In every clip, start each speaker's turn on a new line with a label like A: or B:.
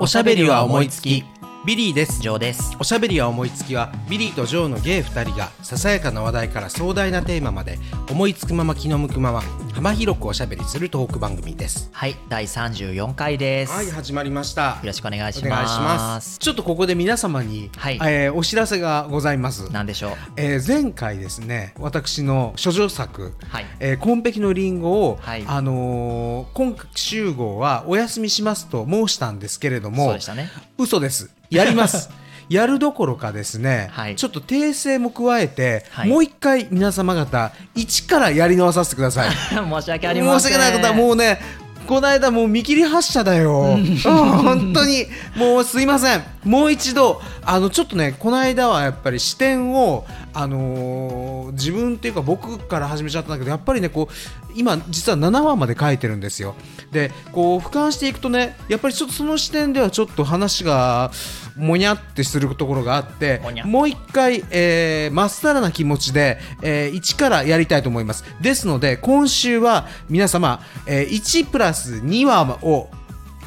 A: おしゃべりは思いつき
B: ビリーです
A: ジョーです
B: おしゃべりは思いつきはビリーとジョーのゲイ2人がささやかな話題から壮大なテーマまで思いつくまま気の向くまま幅広くおしゃべりするトーク番組です
A: はい第34回です、
B: はい
A: よ
B: 始まりました
A: ろしくお願いし
B: お願いし
A: ま
B: ますすちょっとここで皆様に、
A: はい
B: えーお知らせがございます
A: なんでしょう
B: えー前回ですね私の諸女作
A: はい
B: 「えー、紺碧のリンゴを」
A: はい
B: あのー今週号はお休みしますと申したんですけれど
A: そう
B: も
A: でしたね
B: 嘘ですやりますやるどころかですね、
A: はい
B: ちょっと訂正も加えて、
A: はい
B: もう一回皆様方一からやり直させてください
A: 申し訳ありま
B: 申し
A: せん
B: 訳ないことはもうねこの間もう見切り発車だよ本当にもうすいませんもう一度あのちょっとねこの間はやっぱり視点をあのー自分っていうか僕から始めちゃったんだけどやっぱりねこう今実は7話まで書いてるんですよでこう俯瞰していくとねやっぱりちょっとその視点ではちょっと話がもにゃってするところがあって
A: もにゃ
B: もう一回、えー、まっさらな気持ちで、えー、一からやりたいと思います。ですので、今週は皆様、えー、1プラス2話を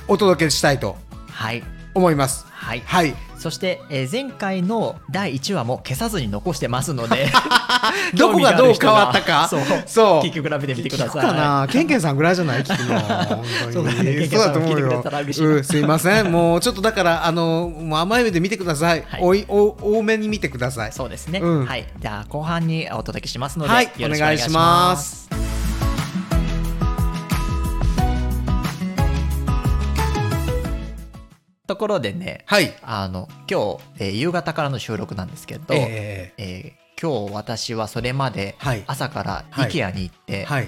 B: お届けしたいと
A: はい
B: 思います。
A: はい
B: はい。
A: そして、えー、前回の第1話も消さずに残してますので
B: どこがどう変わった か。
A: 興味がある人は
B: そ
A: そう聞き比べてみてください
B: 聞くかな。ケンケンさんぐらいじゃない聞くの。本当に
A: そうだねケンケンさんも聞いてくれたら嬉しいな
B: うんすいません。もうちょっとだから、あの、もう甘い目で見てください。
A: はい
B: おい、お、多めに見てください。
A: そうですね、
B: うん
A: はいじゃあ後半にお届けしますので、
B: はい
A: よろしく
B: お願いします
A: お願いしますところでね
B: はい。
A: あの今日、えー夕方からの収録なんですけど、え
B: え
A: ー今日私はそれまで
B: はい
A: 朝から
B: はい
A: IKEA に行って
B: ー、はい。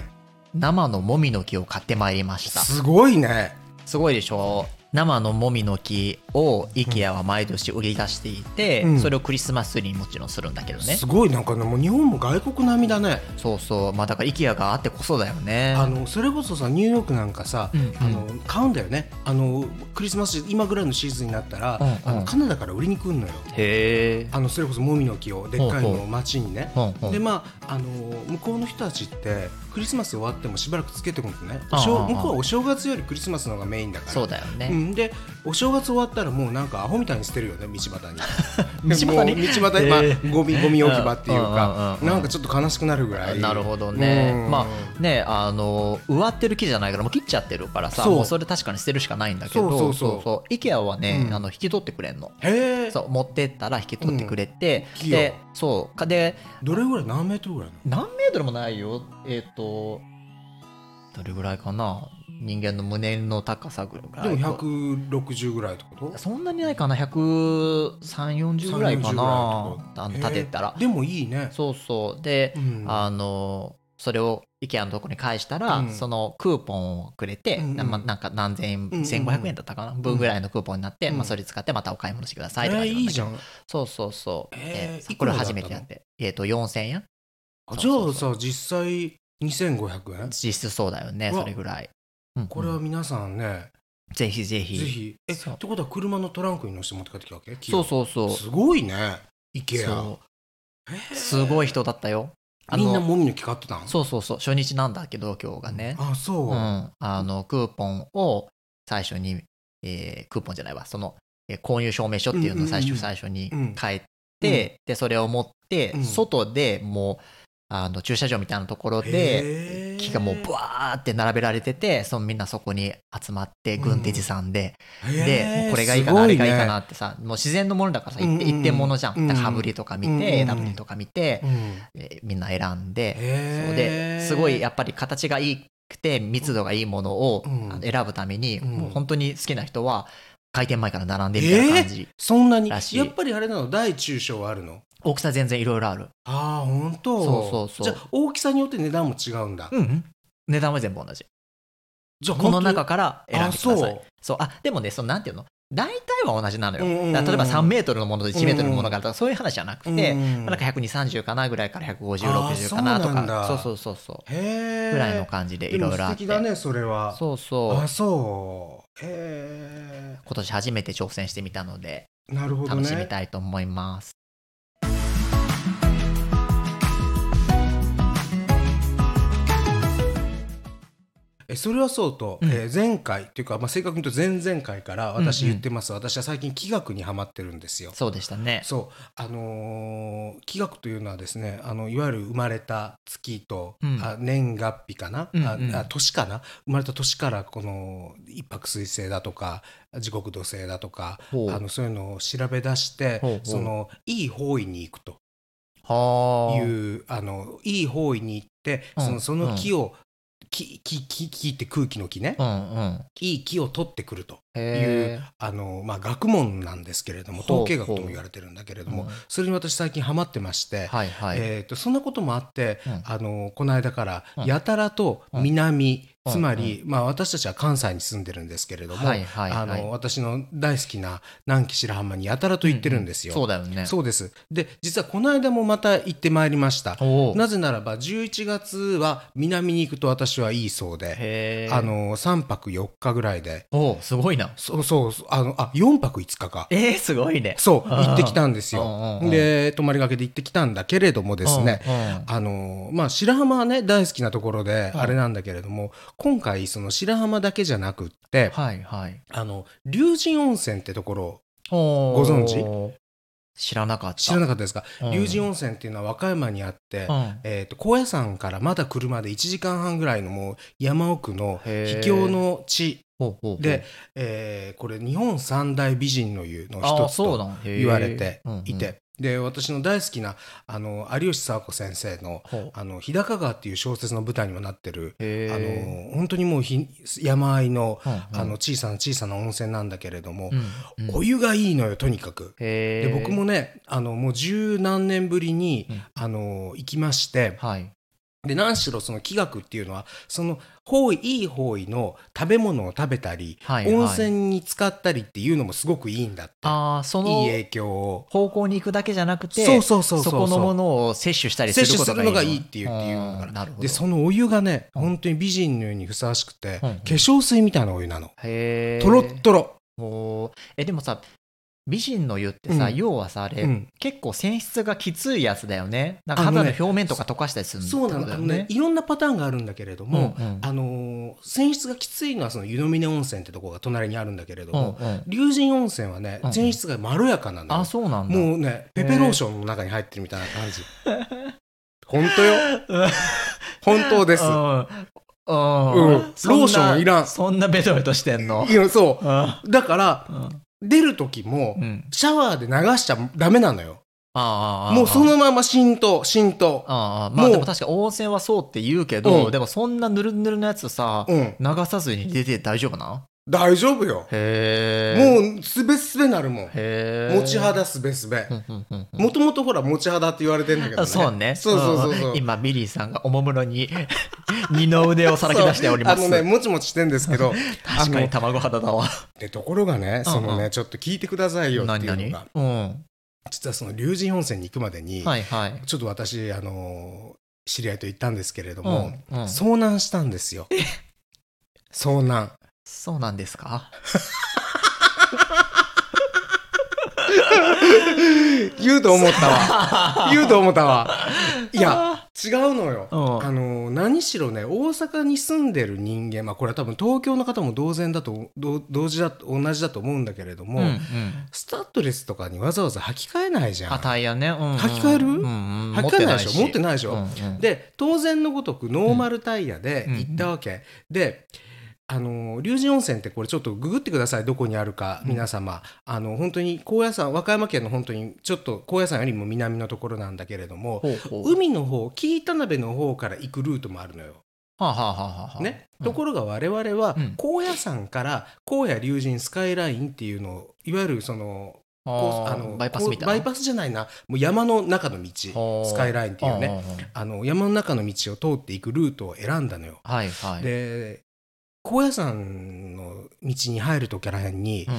A: 生のもみの木を買ってまいりました
B: すごいね。
A: すごいでしょう生のもみの木を IKEA は毎年売り出していて、
B: うん
A: それをクリスマスツリーにもちろんするんだけどね
B: すごいなんかねもう日本も外国並みだね、
A: そうそうまあだから IKEA があってこそだよね
B: あのそれこそさニューヨークなんかさ、
A: うんうん
B: あの買うんだよねあのクリスマス今ぐらいのシーズンになったら、
A: うんうん
B: あのカナダから売りに来るのよ
A: へえ
B: あのそれこそモミの木をでっかい
A: ほう
B: の
A: ほ
B: を街にね、
A: うんうん
B: でまああの向こうの人たちってクリスマス終わってもしばらくつけてくるのねおしょう
A: ああああ
B: 向こうはお正月よりクリスマスの方がメインだから
A: そうだよね、
B: うん、でお正月終わったらもうなんかアホみたいに捨てるよね道端に
A: 道端に
B: もう道端に、まあ
A: えー
B: ゴミゴミ置き場っていう
A: うんうんうん
B: か
A: うん
B: なんかちょっと悲しくなるぐらい
A: なるほどね、
B: うん
A: まあねあの植わってる木じゃないからもう切っちゃってるからさ
B: そう
A: もうそれ確かに捨てるしかないんだけど
B: そうそうそう
A: IKEA はね、
B: うん
A: あの引き取ってくれんの
B: へえ
A: そう持ってったら引き取ってくれて、
B: うん
A: でそうかで
B: どれぐらい何メートルぐらいなの
A: 何メートルもないよえっ、とどれぐらいかな人間の胸の高さぐらい
B: でも160ぐらいってこと
A: そんなにないかな13040ぐらいか
B: 30ぐ
A: な
B: らいとか
A: あの立てたら
B: へえでもいいね
A: そうそうで、
B: うん
A: あのそれを IKEA のとこに返したら、
B: うん
A: そのクーポンをくれて、
B: うんうん
A: なまなんか何千円、
B: うんうん
A: 1500円だったかな分ぐらいのクーポンになって、
B: うん
A: まあ、それ使ってまたお買い物してくださ
B: え
A: いとか
B: ー、いいじゃ
A: ん
B: ん
A: そうそうそう、
B: えー
A: で
B: い
A: こ
B: く
A: れ
B: らだった
A: 初め
B: の
A: てやってえっ、と4000円
B: あじ
A: そうそ
B: ゃ
A: うそ
B: あさ実際2500円
A: 実質そうだよね
B: うわ
A: それぐらい、うんうん
B: これは皆さんね、
A: ぜひぜひ
B: ぜひえっ
A: そう
B: てことは車のトランクに乗せて持って帰ってきたわけ
A: そうそうそう
B: すごいね IKEA
A: そう
B: へえ
A: すごい人だったよあの
B: みんなもみの木買ってたん
A: そうそうそう初日なんだけど今日がね
B: あそう、
A: うん、あのクーポンを最初に、えークーポンじゃないわその、えー購入証明書っていうのを最初,、
B: うんうんうん
A: 最初に
B: うん
A: 書いて、でそれを持って、
B: うん
A: 外でもうあの駐車場みたいなところ
B: へ
A: で
B: ー
A: 木がもうブワーって並べられててそのみんなそこに集まって軍手持参で、で
B: へー
A: もうこれがいいかなあ
B: すご
A: れ
B: ね
A: がいいかなってさもう自然のものだからさ
B: う
A: 一
B: んうん
A: 定一点ものじゃん、
B: うん
A: だから羽振りとか見て、
B: うんうんうん
A: 枝ぶりとか見て
B: う、ん
A: えーみんな選んで、
B: へー
A: そうですごいやっぱり形がいいくて密度がいいものを
B: うん
A: あの選ぶために、
B: うん
A: もう本当に好きな人は開店前から並んでみたいな感じ、
B: そんなにや
A: らしい
B: っぱりあれなの大中小はあるの
A: 大きさ全然いろいろある、
B: ああ本当
A: そうそうそう
B: じゃあ大きさによって値段も違うんだ、
A: 値段は全部同じ
B: じゃあ
A: この中
B: か
A: から選んでくだ
B: あ
A: さ
B: そ
A: いうそうあでもねそのなんていうの大体は同じなのよ、
B: うんうんうん
A: だから例えば3メートルのものと1メートルのものがあるとか、そういう話じゃなくて、
B: うん
A: なんか120かなぐらいから
B: あー
A: 15060かなと
B: そうなん
A: か
B: だ
A: そうそうそうそう
B: へえ
A: ぐらいの感じでいろいろあって
B: 素敵だねそれは
A: そうそう
B: あそうへ
A: 今年初めて挑戦してみたので
B: えなるほどね
A: 楽しみたいと思います。
B: ええそれはそうと、
A: うん
B: えー前回っていうか、まあ、正確に言うと前々回から私言ってます、私は最近気学にはまってるんですよ。
A: そうでしたね。
B: そうあのー、気学というのはですねあのいわゆる生まれた月と、
A: うん
B: あ年月日かな、
A: うんうん
B: ああ年かな生まれた年からこの一泊水星だとか時刻土星だとか
A: ほう
B: あのそういうのを調べ出して
A: ほうほう
B: そのいい方位に行くと
A: はあ。
B: いうあのいい方位に行って
A: うん
B: そのその木を、木木木木って空気の木ね、
A: うんうん。
B: いい木を取ってくると
A: へ
B: あの、まあ、学問なんですけれども
A: ほう
B: 統計学とも言われてるんだけれ
A: え。
B: ども、
A: うん
B: それに私最近ハマってまして、
A: はいはい。
B: えー、とそんなこともあって、
A: うん
B: あのこの間から
A: うん
B: やたらと南、
A: うん
B: つまり、まあ、私たちは関西に住んでるんですけれども、
A: はいはいはい。
B: あの私の大好きな南紀白浜にやたらと行ってるんですよ。
A: そうだよね。
B: そうですで実はこの間もまた行ってまいりました。
A: おお。
B: なぜならば11月は南に行くと私はいいそうで、
A: へえ。
B: あ。の3泊4日ぐらいで
A: おお、すごいな。
B: そうそうあのあ4泊5日か
A: えー、すごいね。
B: そう
A: あー
B: 行ってきたんです
A: うんうん
B: よ
A: うん
B: で泊まりがけで行ってきたんだけれどもですね
A: ね。
B: あのまあ白浜はね大好きなところで
A: うん
B: あれなんだけれども今回その白浜だけじゃなくって
A: はいはい。
B: あの龍神温泉ってところ
A: ご
B: ご存
A: 知らなかった。
B: 知らなかったですか
A: うん
B: 龍神温泉っていうのは和歌山にあって
A: うん
B: えーと高野山からまだ車で1時間半ぐらいのもう山奥の
A: へー
B: 秘境の地
A: ほうほうほう
B: で、えーこれ日本三大美人の湯の
A: あ
B: 一
A: あ、
B: つ
A: そう
B: と
A: なん
B: 言われてい。
A: へえ
B: て、で私の大好きなあの有吉佐和子先生の
A: うんうんほう
B: 「あの日高川」っていう小説の舞台にもなってる、
A: へ
B: あ
A: え。
B: の本当にもうひ山あいの,、
A: うんうん
B: あの小さな小さな温泉なんだけれども、
A: うんうん
B: お湯がいいのよとにかく。
A: へ
B: で
A: え。
B: 僕もねあのもう十何年ぶりに、
A: うん
B: あの行きまして
A: はい。
B: で何しろその気学っていうのはその方位いい方位の食べ物を食べたり、
A: はいはい
B: 温泉に使ったりっていうのもすごくいいんだって
A: ああ、そ
B: いい
A: の
B: 影響を
A: 方向に行くだけじゃなくて、
B: そうそうそうそ
A: そ
B: う
A: このものを摂取したりすること
B: 摂取するのがいいっていうっていうのかな
A: なるほど。
B: でそのお湯がね
A: うん
B: 本当に美人のようにふさわしくて、
A: うんうん
B: 化粧水みたいなお湯なの、
A: へえ。
B: とろっとろ、
A: おーえでもさ美人の湯ってさ、
B: うん
A: 要はさあれ、
B: うん
A: 結構泉質がきついやつだよねなんか
B: あのね
A: 肌の表面とか溶かしたりする
B: そうな
A: って
B: の
A: こ
B: あ
A: と
B: の
A: だよ
B: ねいろんなパターンがあるんだけれども、
A: うんうん
B: あのー泉質がきついのはその湯の峰温泉ってとこが隣にあるんだけれど
A: うん
B: も、
A: うん
B: 龍神温泉はね
A: うんうん
B: 泉質がまろやかなのよ
A: あそうなんだ
B: もうね、ペペローションの中に入ってるみたいな感じ。本当よ。本当です。
A: うん、
B: うんローションいらん
A: そんなベトベトしてんの
B: いや、そ
A: うん
B: う。だから、
A: うん
B: 出る時も、
A: うん
B: シャワーで流しちゃダメなのよ。
A: あーあーあー
B: もうそのまま浸透、浸透。
A: あーまあ
B: もう
A: でも確か温泉はそうって言うけど、
B: うん
A: でもそんなぬるぬるのやつさ、
B: うん。
A: 流さずに出て大丈夫な
B: 大丈夫よ。
A: へえう
B: もう、すべすべなるもん。
A: へえ
B: 持ち肌すべすべ
A: う。んうんうんうん
B: もともとほら、持ち肌って言われてんだけどね。
A: そうね。
B: そうそうそうそう。
A: ん今、ビリーさんがおもむろに 二の腕をさらけ出しております。
B: そうあのね、もちもちしてんで すけど、
A: 確か
B: あ
A: に
B: の
A: 卵肌だわ。
B: で、ところがね、その
A: うんう
B: ね、ちょっと聞いてくださいよって
A: 何
B: いうの
A: 何
B: が、
A: うん。
B: 実はその龍神温泉に行くまでに、
A: はいはい。
B: ちょっと私、あのー知り合いと行ったんですけれど
A: う
B: も、
A: んうん。そ
B: 遭難したんですよ。遭難。
A: そうなんですか
B: 言うと思った わ。言うと思ったわ。いや、
A: や、
B: 違うのよ。
A: う
B: あ
A: ん
B: のー何しろね、大阪に住んでる人間、まあこれは多分東京の方も同然だと、同同時だと、同じだと思うんだけれど
A: う
B: も、
A: んうん。
B: スタッドレスとかにわざわざ履き替えないじゃ
A: あ、
B: ん。
A: タイヤね。うんうん。
B: 履き替える
A: うんうん。
B: 履き替えないでしょ持ってないでしょ
A: で、
B: で、当然のごとくノーマルタイヤで行ったわけ。で、あの龍神温泉ってこれちょっとググってくださいどこにあるか
A: うん
B: 皆様、あの本当に高野山和歌山県の本当にちょっと高野山よりも南のところなんだけれども
A: ほうほう。
B: 海の方紀伊田辺の方から行くルートもあるのよ。
A: はあはあはあはあ。
B: ね、
A: うん
B: ところが我々は
A: うん
B: 高野山から高野龍神スカイラインっていうのをいわゆるその
A: あ
B: こう
A: ー
B: の
A: バイパスみたいな。
B: こうバイパスじゃないなもう山の中の道
A: ほう
B: スカイラインっていうね。あの山の中の道を通っていくルートを選んだのよ。
A: あー。はいはい。
B: で高野山の道に入るときらへんに
A: う、ん、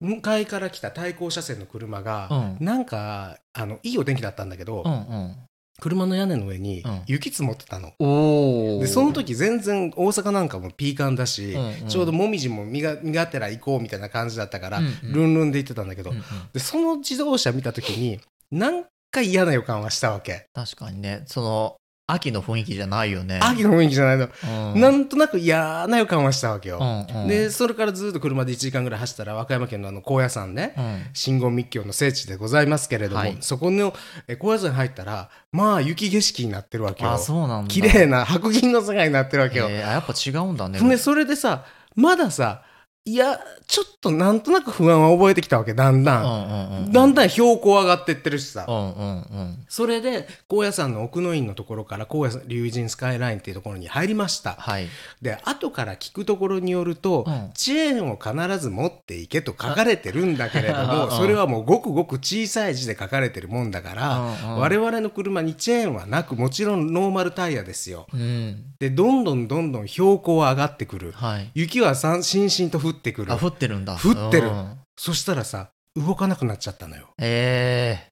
B: 向かいから来た対向車線の車が、
A: うん。
B: なんかあのいいお天気だったんだけど、
A: うんうん。
B: 車の屋根の上に
A: うん
B: 雪積もってたの。
A: おー
B: でその、時全然大阪なんかもピーカンだし、
A: うんうん
B: ちょうどもみじも身が身がてら行こうみたいな感じだったから、
A: うんうん
B: ルンルンで行ってたんだけど、
A: うんうん
B: でその自動車見た時になんか嫌な予感はしたわけ。
A: 確かにねその秋の雰囲気じゃないよね。
B: 秋の雰囲気じゃないの、
A: うん
B: なんとなく嫌な予感はしたわけよ、
A: うんうん
B: でそれからずっと車で1時間ぐらい走ったら和歌山県のあの高野山ね、
A: うん
B: 信号密教の聖地でございますけれども、
A: はい
B: そこのえ高野山に入ったらまあ雪景色になってるわけよ
A: あ、そうなんだ。
B: 綺麗な白銀の世界になってるわけよ、
A: えーあやっぱ違うんだね。
B: ね、それでさまださいやちょっとなんとなく不安は覚えてきたわけだん
A: う
B: だ
A: ん
B: ん、
A: うんうん。
B: だんだん標高上がってってるしさ、
A: うんうんうん。
B: それで高野山の奥の院のところから高野龍神スカイラインっていうところに入りました
A: はい。
B: で後から聞くところによると、
A: うん
B: チェーンを必ず持っていけと書かれてるんだけれど
A: あ
B: も
A: うん
B: それはもうごくごく小さい字で書かれてるもんだから、
A: うんうん
B: 我々の車にチェーンはなくもちろんノーマルタイヤですよ
A: うん。
B: でどんどんどんどん標高は上がってくる
A: はい。
B: 雪はさんしんしんと降ってくる
A: あ、降ってるんだ。
B: 降ってる
A: うん
B: そしたらさ動かなくなっちゃったのよ
A: え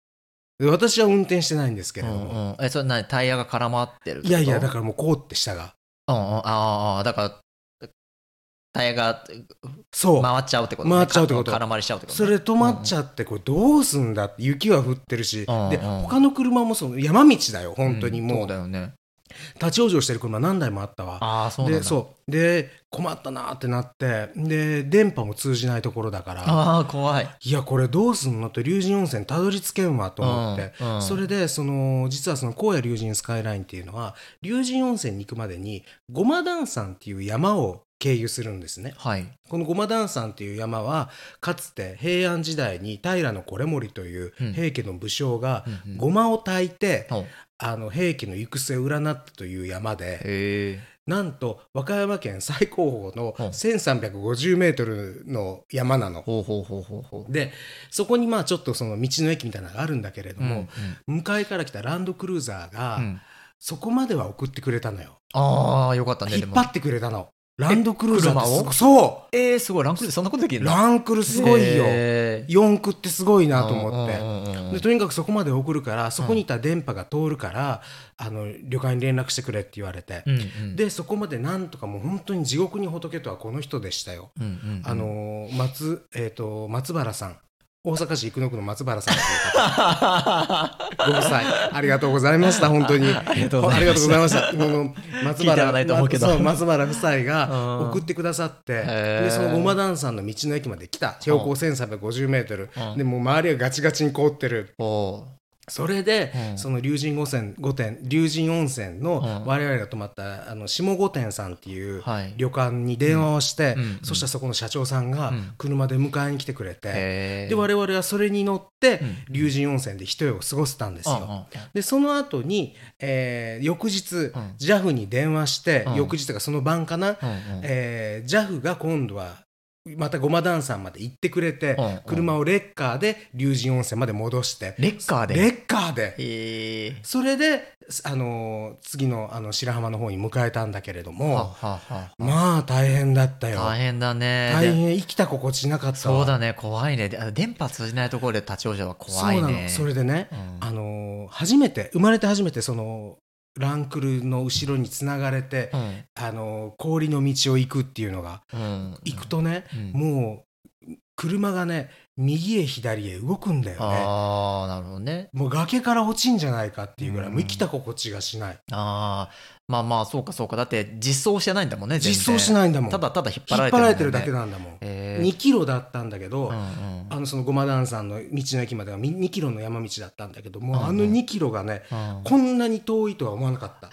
A: え
B: で私は運転してないんですけれども、
A: うんうん、え、それ何タイヤが絡まってるってこと
B: いやいやだからもうこうって下が
A: うんうん、ああああ、だから、タイヤが
B: そう
A: 回っちゃうってことね、
B: 回っちゃうってこと
A: か絡まりしちゃうってこと
B: そ
A: ね、
B: れ止まっちゃってこれどうすんだって雪は降ってるし、
A: うんうん
B: で他の車もその山道だよ本当に
A: ん
B: も
A: そう
B: う
A: だよね。
B: 立ち往生してる車何台もあったわ
A: ああ、そうなん
B: で
A: だ。
B: そうで困ったなーってなってで電波も通じないところだから
A: ああ、怖い。
B: いやこれどうすんのって竜神温泉たどり着けんわと思って、
A: うんうん
B: それでその実はその高野竜神スカイラインっていうのは竜神温泉に行くまでに護摩壇山っていう山を経由するんですね
A: はい。
B: この護摩壇山という山はかつて平安時代に平の維盛という
A: うん
B: 平家の武将が
A: うんうん
B: 護摩を焚いて、
A: おへ
B: あの平家の行く末を占ったという山で
A: え。
B: なんと和歌山県最高峰の
A: うん
B: 1350メートルの山なの。
A: ほうほうほうほうほう。
B: でそこにまあちょっとその道の駅みたいなのがあるんだけれど
A: うん
B: も、向かいから来たランドクルーザーが、
A: うんうん
B: そこまでは送ってくれたのよ。
A: ああ、よかったね。
B: 引っ張
A: っ
B: ってくれたの。ランドクルーザーってす
A: 車
B: ご
A: を
B: そう
A: えー、すごい。ランクルでそんなことできるの
B: ランクルすごいよ。
A: へー
B: 四駆ってすごいなと思って。
A: うんうんうんうん
B: でとにかくそこまで送るからそこにいた電波が通るから、あの旅館に連絡してくれって言われて、
A: うんうん、
B: でそこまでなんとかもう本当に地獄に仏とはこの人でしたよ、
A: うんうんうん
B: あのー松,、えー、と松原さん大阪市生野区の松原さんっていう方 ご夫妻ありがとうございました本当に
A: ありがとうございました
B: ありがとうございましたあの松
A: 聞いてはないと思うけど
B: そう松原夫妻
A: う
B: が
A: ん
B: 送ってくださって
A: へー
B: でそのごま団さんの道の駅まで来た標高1 3 5 0
A: う
B: ル
A: ん
B: でもう周りがガチガチに凍ってる
A: おう
B: それで、
A: うん
B: その龍神御泉御殿龍神温泉の
A: うん
B: 我々が泊まったあの下御殿さんっていう
A: はい
B: 旅館に電話をして、
A: うんうん
B: そしたらそこの社長さんが
A: うん
B: 車で迎えに来てくれて、
A: へー
B: で我々はそれに乗って
A: うん
B: 龍神温泉で一夜を過ごせたんですよ。
A: うんうん
B: でその後に、えー翌日
A: うん
B: JAF に電話して、
A: うん
B: 翌日とかその晩か
A: う
B: な、
A: んうん
B: えー、JAF が今度はまた駒団さんまで行ってくれて、
A: うんうん
B: 車をレッカーで龍神温泉まで戻して、
A: レッカーで
B: レッカーで
A: へー
B: それで、すあのー次のあの白浜の方に迎えたんだけれど
A: は
B: も
A: はは
B: まあ大変だったよ
A: 大変だね
B: 大
A: で
B: 変生きた心地なかったわ
A: そうだね怖いねであ電波通じないところで立ち往生は怖
B: そ
A: いう
B: な
A: ね
B: のそれでね、
A: うん
B: あのー初めて生まれて初めてそのランクルの後ろにつながれて、
A: うん
B: あのー氷の道を行くっていうのが
A: うん
B: 行くとね、
A: うん
B: もう車がね右へ左へ動くんだよね
A: ああなるほどね
B: もう崖から落ちんじゃないかっていうぐらい、
A: うん
B: もう生きた心地がしない
A: ああまあまあそうかそうかだって実装してないんだもんね
B: 実装し
A: い
B: ないんだもん
A: ただただ引っ張
B: 引
A: ら
B: っ
A: れてる
B: 張ら
A: もんね
B: れてるだけなんだもん、
A: へー
B: 2キロだったんだけど、
A: うんうん
B: あのそのごま団さんの道の駅まではみ2キロの山道だったんだけども、
A: うんうん
B: あの2キロがね
A: うん
B: こんなに遠いとは思わなかった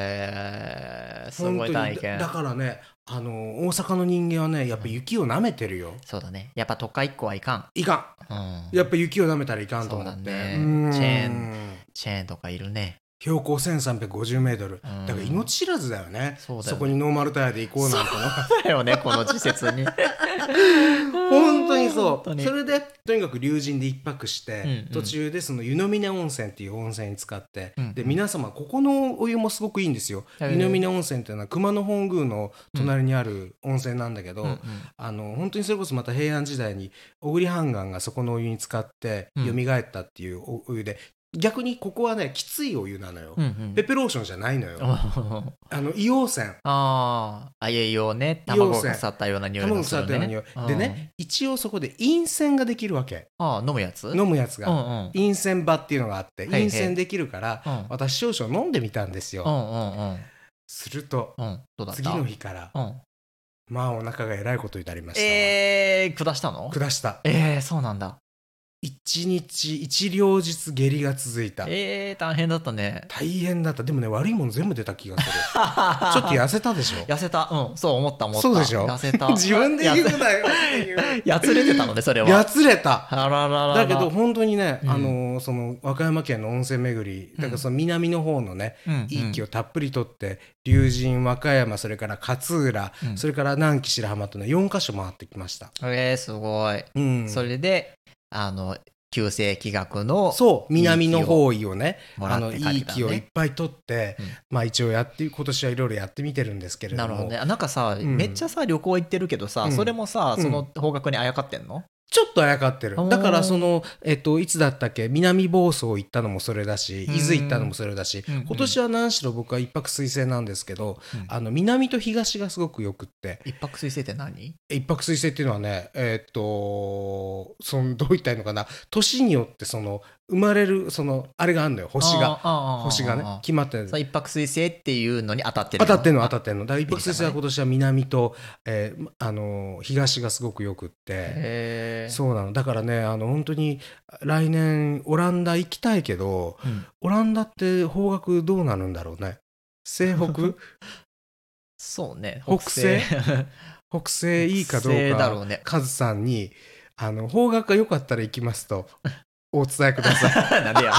A: へえす
B: 本当
A: ごい
B: に
A: 体験
B: だだからねあの大阪の人間はねやっぱ雪を舐めてるよ、
A: そうだねやっぱ都会っ子はいか
B: いか
A: ん、うん
B: んやっぱ雪を舐めたらいかんと思って
A: そうだね
B: うん
A: チェーンチェーンとかいるね
B: 標高1350メートルだから命知らずだよね,、
A: そうだよね
B: そこにノーマルタイヤで行こうなんての
A: だ よねこの時節に
B: 本当にそ
A: 本
B: う
A: 当に
B: それでとにかく龍神で一泊して、
A: うんうん
B: 途中でその湯の峰温泉っていう温泉に使って、
A: うんうん
B: で皆様ここのお湯もすごくいいんですよ、
A: へー
B: 湯の峰温泉っていうのは熊野本宮の隣にある温泉なんだけど、
A: うんうん
B: あの本当にそれこそまた平安時代に小栗半岸がそこのお湯に使って
A: うん
B: 蘇ったっていうおお湯で逆にここはねきついお湯なのよ、
A: うんうん
B: ペペローションじゃないのよ、
A: あ
B: あの硫黄泉
A: ああいいよね卵
B: 要
A: が
B: 塞
A: 腐ったような匂い
B: 卵
A: が
B: の
A: す
B: 触っ
A: る
B: たような匂いでね一応そこで陰線ができるわけ
A: うんああ飲むやつ
B: 飲むやつ
A: うんう
B: が
A: ん
B: 陰線場っていうのがあって
A: はいはい
B: 陰線できるから
A: うん
B: 私少々飲んでみたんです
A: う
B: よ
A: んうんうん
B: すると
A: うんどうだった
B: 次の日から
A: うん
B: まあお腹がえらいことになりましたわ
A: えー下したの
B: 下した
A: えーそうなんだ
B: 一日一両日下痢が続いた
A: えー大変だったね
B: 大変だったでもね悪いもの全部出た気 がする
A: ちょ
B: ちょっ と
A: や
B: 痩せたでしょ
A: 痩せたうんそう思った思った
B: そうでしょ
A: 痩せた
B: 自分で言うなよ
A: ややつれてたのねそれは
B: やつれた
A: あらららら
B: だけど、本当にね、
A: うん
B: あのーその和歌山県の温泉巡りだからその南の方のね、
A: うんうん
B: いい気をたっぷりとって龍神和歌山それから勝浦、
A: うん
B: それから南紀白浜とね4か所回ってきました、
A: えーすごい。
B: うん、
A: それで、あの、旧世紀学の、
B: そう南の方位をね
A: もら
B: あ
A: っ
B: の
A: て
B: いい
A: 帰った
B: 気をいっ
A: ね。
B: ぱい取って、
A: うん
B: まあ一応やって今年はいろいろやってみてるんですけれど
A: な
B: も
A: るほどね。あなんかさ、
B: うん
A: めっちゃさ、旅行行ってるけどさ、
B: うん
A: それもさ、
B: うん
A: その方角にあやかってんの、
B: ちょっとあやかってる
A: おー
B: だからその、えっと、いつだったっけ南房総行ったのもそれだし
A: うん
B: 伊豆行ったのもそれだし、
A: うんうん
B: 今年は何しろ僕は一泊水星なんですけど、
A: うん
B: あの南と東がすごくよくって
A: 一泊水星って何
B: 一泊水星っていうのはねえっとそのどう言ったらいいのかな年によってその生まれるそのあれがあるのよ星が、
A: あー
B: 星がね。決まってるん
A: さ一泊水星っていうのに当たってる
B: 当
A: の。
B: たってんの当
A: った
B: ってんのだから一泊水星は今年は南と、えーあの東がすごくよくって。
A: へー
B: そうなのだからねあの本当に来年オランダ行きたいけど
A: うん
B: オランダって方角どうなるんだろうね西 北
A: そうね。
B: 北西北西いいかどう
A: 北西
B: か
A: だろうね
B: カズさんにあの方角が良かったら行きますとお伝えくださ
A: なんでや。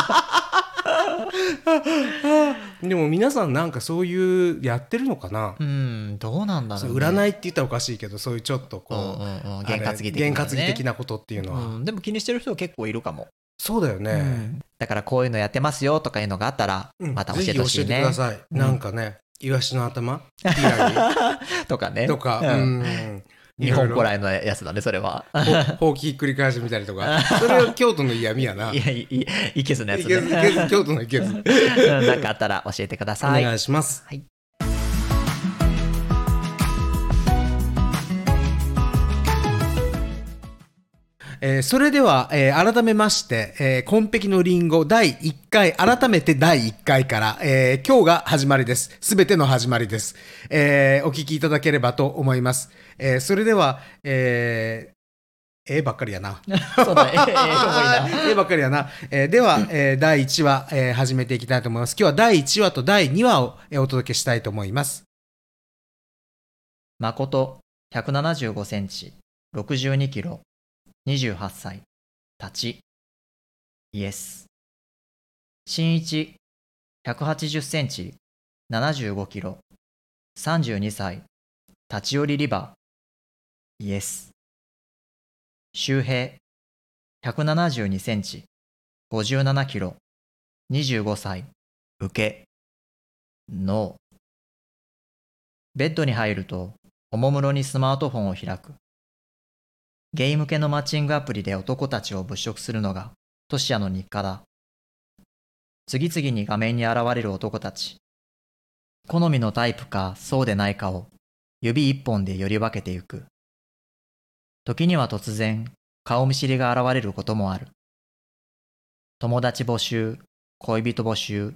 B: い でも皆さんなんかそういうやってるのかな、
A: うん、どうなんだろ、
B: そうう
A: ね。
B: 占
A: い
B: いって言ったらおかしいけどそういうちょっとこ
A: う
B: う、
A: んうんうん、験担ぎ的な、
B: な、
A: ね。
B: 験担ぎ的なことっていうのは、
A: うん。でも気にしてる人結構いるかも。
B: そうだよね、
A: うんだからこういうのやってますよとかいうのがあったら、
B: うん
A: また教えてほしい
B: ぜひ
A: ね
B: 教えてくだ。さい、
A: うん
B: なんかねイワシの頭イラリ
A: とか ね。
B: とか、
A: う
B: うんん、
A: 日本古
B: 来
A: 来のやつだね、それは。
B: ほうきひっくり返してみたりとか、それは京都の闇やな。
A: い
B: い
A: や、いい、いけずのや
B: け
A: つ
B: ず
A: ね。
B: いけず京都のいけず。
A: うんなんかあったら教えてくだ
B: お
A: さい。
B: 願いします。えーそれでは、えー改めまして、えー、紺碧のリンゴ第1回、改めて第1回から、えー今日が始まりです。すべての始まりです、えーお聞きいただければと思います。えーそれでは、えー、えーばっかりやな。
A: そうだね。ええええ多
B: あ
A: いな
B: ーええばっかりやな。えーでは、えー第1話、えー始めていきたいと思います。今日は第1話と第2話を、えーお届けしたいと思います。
A: 誠、175センチ、62キロ、28歳、立ち、イエス。新一、180センチ、75キロ、32歳、立ち寄りリバー、イエス。周平、172センチ、57キロ、25歳、受け、ノー。ベッドに入ると、おもむろにスマートフォンを開く。ゲイ向けのマッチングアプリで男たちを物色するのが、トシヤの日課だ。次々に画面に現れる男たち。好みのタイプか、そうでないかを、指一本でより分けていく。時には突然、顔見知りが現れることもある。友達募集、恋人募集、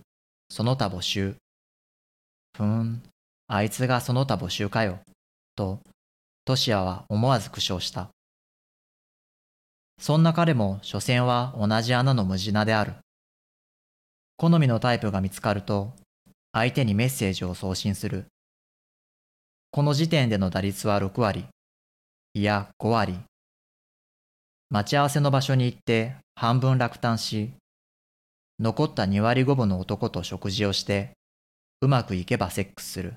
A: その他募集。ふーん、あいつがその他募集かよ。と、トシヤは思わず苦笑した。そんな彼も、所詮は同じ穴の無地なである。好みのタイプが見つかると、相手にメッセージを送信する。この時点での打率は6割。いや、5割。待ち合わせの場所に行って半分落胆し、残った2割5分の男と食事をして、うまくいけばセックスする。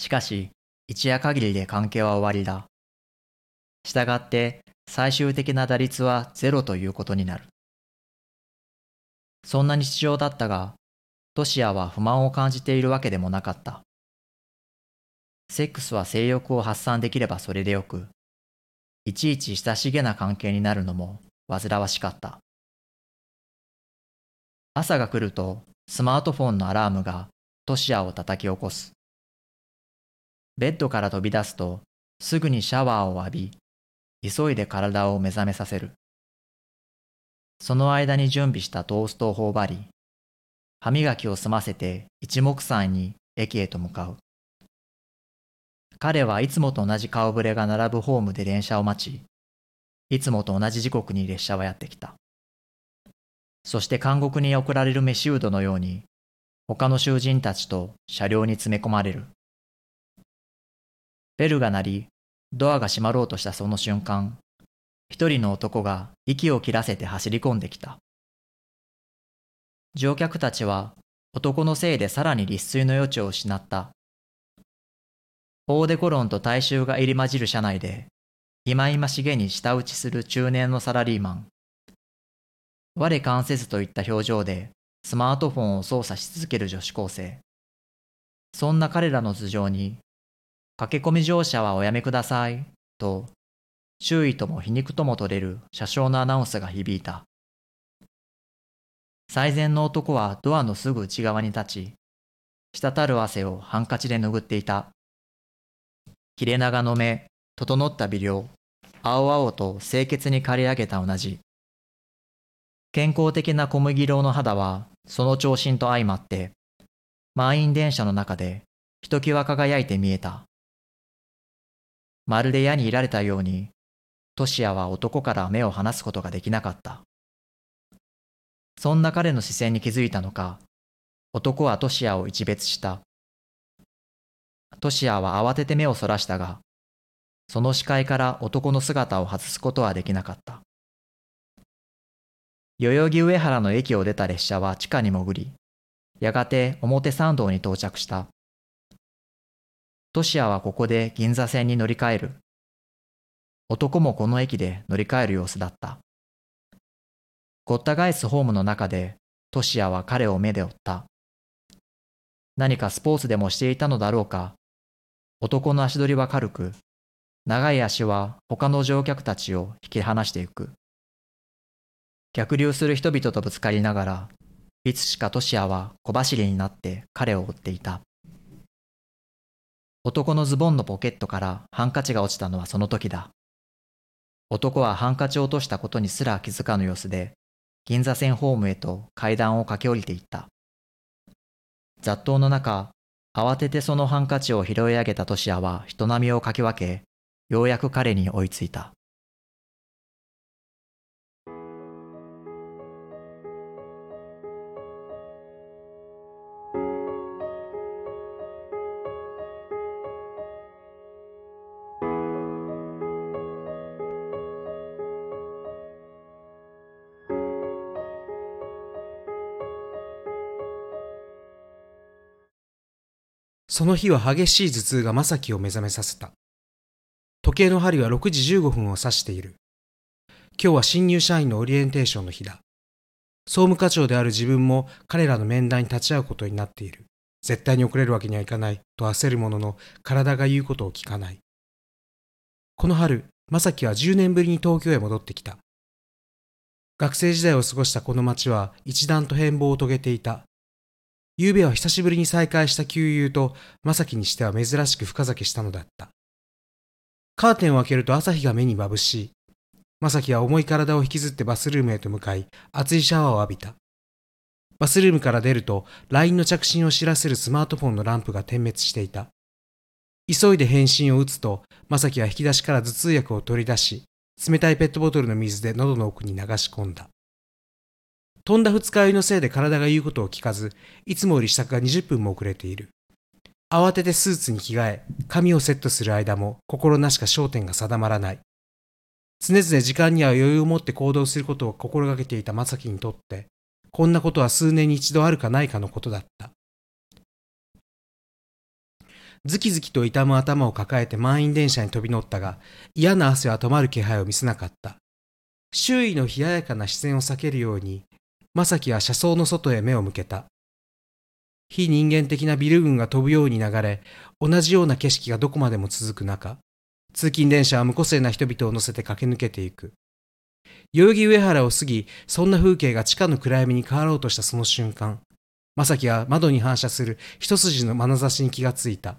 A: しかし、一夜限りで関係は終わりだ。したがって、最終的な打率はゼロということになる。そんな日常だったが、トシアは不満を感じているわけでもなかった。セックスは性欲を発散できればそれでよく、いちいち親しげな関係になるのも煩わしかった。朝が来るとスマートフォンのアラームがトシアを叩き起こす。ベッドから飛び出すとすぐにシャワーを浴び、急いで体を目覚めさせる。その間に準備したトーストを頬張り、歯磨きを済ませて一目散に駅へと向かう。彼はいつもと同じ顔ぶれが並ぶホームで電車を待ち、いつもと同じ時刻に列車はやってきた。そして監獄に送られるメシウドのように、他の囚人たちと車両に詰め込まれる。ベルが鳴り、ドアが閉まろうとしたその瞬間、一人の男が息を切らせて走り込んできた。乗客たちは男のせいでさらに立水の余地を失った。オーデコロンと大衆が入り混じる車内で、忌々しげに舌打ちする中年のサラリーマン。我関せずといった表情でスマートフォンを操作し続ける女子高生。そんな彼らの頭上に、駆け込み乗車はおやめください、と、周囲とも皮肉とも取れる車掌のアナウンスが響いた。最善の男はドアのすぐ内側に立ち、滴る汗をハンカチで拭っていた。切れ長の目、整った微量、青々と清潔に刈り上げた同じ。健康的な小麦色の肌は、その長身と相まって、満員電車の中で、ひときわ輝いて見えた。まるで矢にいられたように、トシアは男から目を離すことができなかった。そんな彼の視線に気づいたのか、男はトシアを一別した。トシアは慌てて目をそらしたが、その視界から男の姿を外すことはできなかった。代々木上原の駅を出た列車は地下に潜り、やがて表参道に到着した。トシアはここで銀座線に乗り換える。男もこの駅で乗り換える様子だった。ごった返すホームの中で、トシアは彼を目で追った。何かスポーツでもしていたのだろうか。男の足取りは軽く、長い足は他の乗客たちを引き離していく。逆流する人々とぶつかりながら、いつしかトシアは小走りになって彼を追っていた。男のズボンのポケットからハンカチが落ちたのはその時だ。男はハンカチを落としたことにすら気づかぬ様子で、銀座線ホームへと階段を駆け下りていった。雑踏の中、慌ててそのハンカチを拾い上げたトシアは人波をかき分け、ようやく彼に追いついた。
B: その日は激しい頭痛が正樹を目覚めさせた。時計の針は6時15分を指している。今日は新入社員のオリエンテーションの日だ。総務課長である自分も彼らの面談に立ち会うことになっている。絶対に遅れるわけにはいかないと焦るものの体が言うことを聞かない。この春、正樹は10年ぶりに東京へ戻ってきた。学生時代を過ごしたこの街は一段と変貌を遂げていた。昨夜は久しぶりに再会した旧友と正樹にしては珍しく深酒したのだった。カーテンを開けると朝日が目にまぶしい。正樹は重い体を引きずってバスルームへと向かい、熱いシャワーを浴びた。バスルームから出ると、LINE の着信を知らせるスマートフォンのランプが点滅していた。急いで返信を打つと、正樹は引き出しから頭痛薬を取り出し、冷たいペットボトルの水で喉の奥に流し込んだ。飛んだ二日酔いのせいで体が言うことを聞かず、いつもより支度が20分も遅れている。慌ててスーツに着替え、髪をセットする間も心なしか焦点が定まらない。常々時間には余裕を持って行動することを心がけていた正樹にとって、こんなことは数年に一度あるかないかのことだった。ズキズキと痛む頭を抱えて満員電車に飛び乗ったが、嫌な汗は止まる気配を見せなかった。周囲の冷ややかな視線を避けるように、正樹は車窓の外へ目を向けた。非人間的なビル群が飛ぶように流れ、同じような景色がどこまでも続く中、通勤電車は無個性な人々を乗せて駆け抜けていく。代々木上原を過ぎそんな風景が地下の暗闇に変わろうとしたその瞬間正樹は窓に反射する一筋の眼差しに気がついた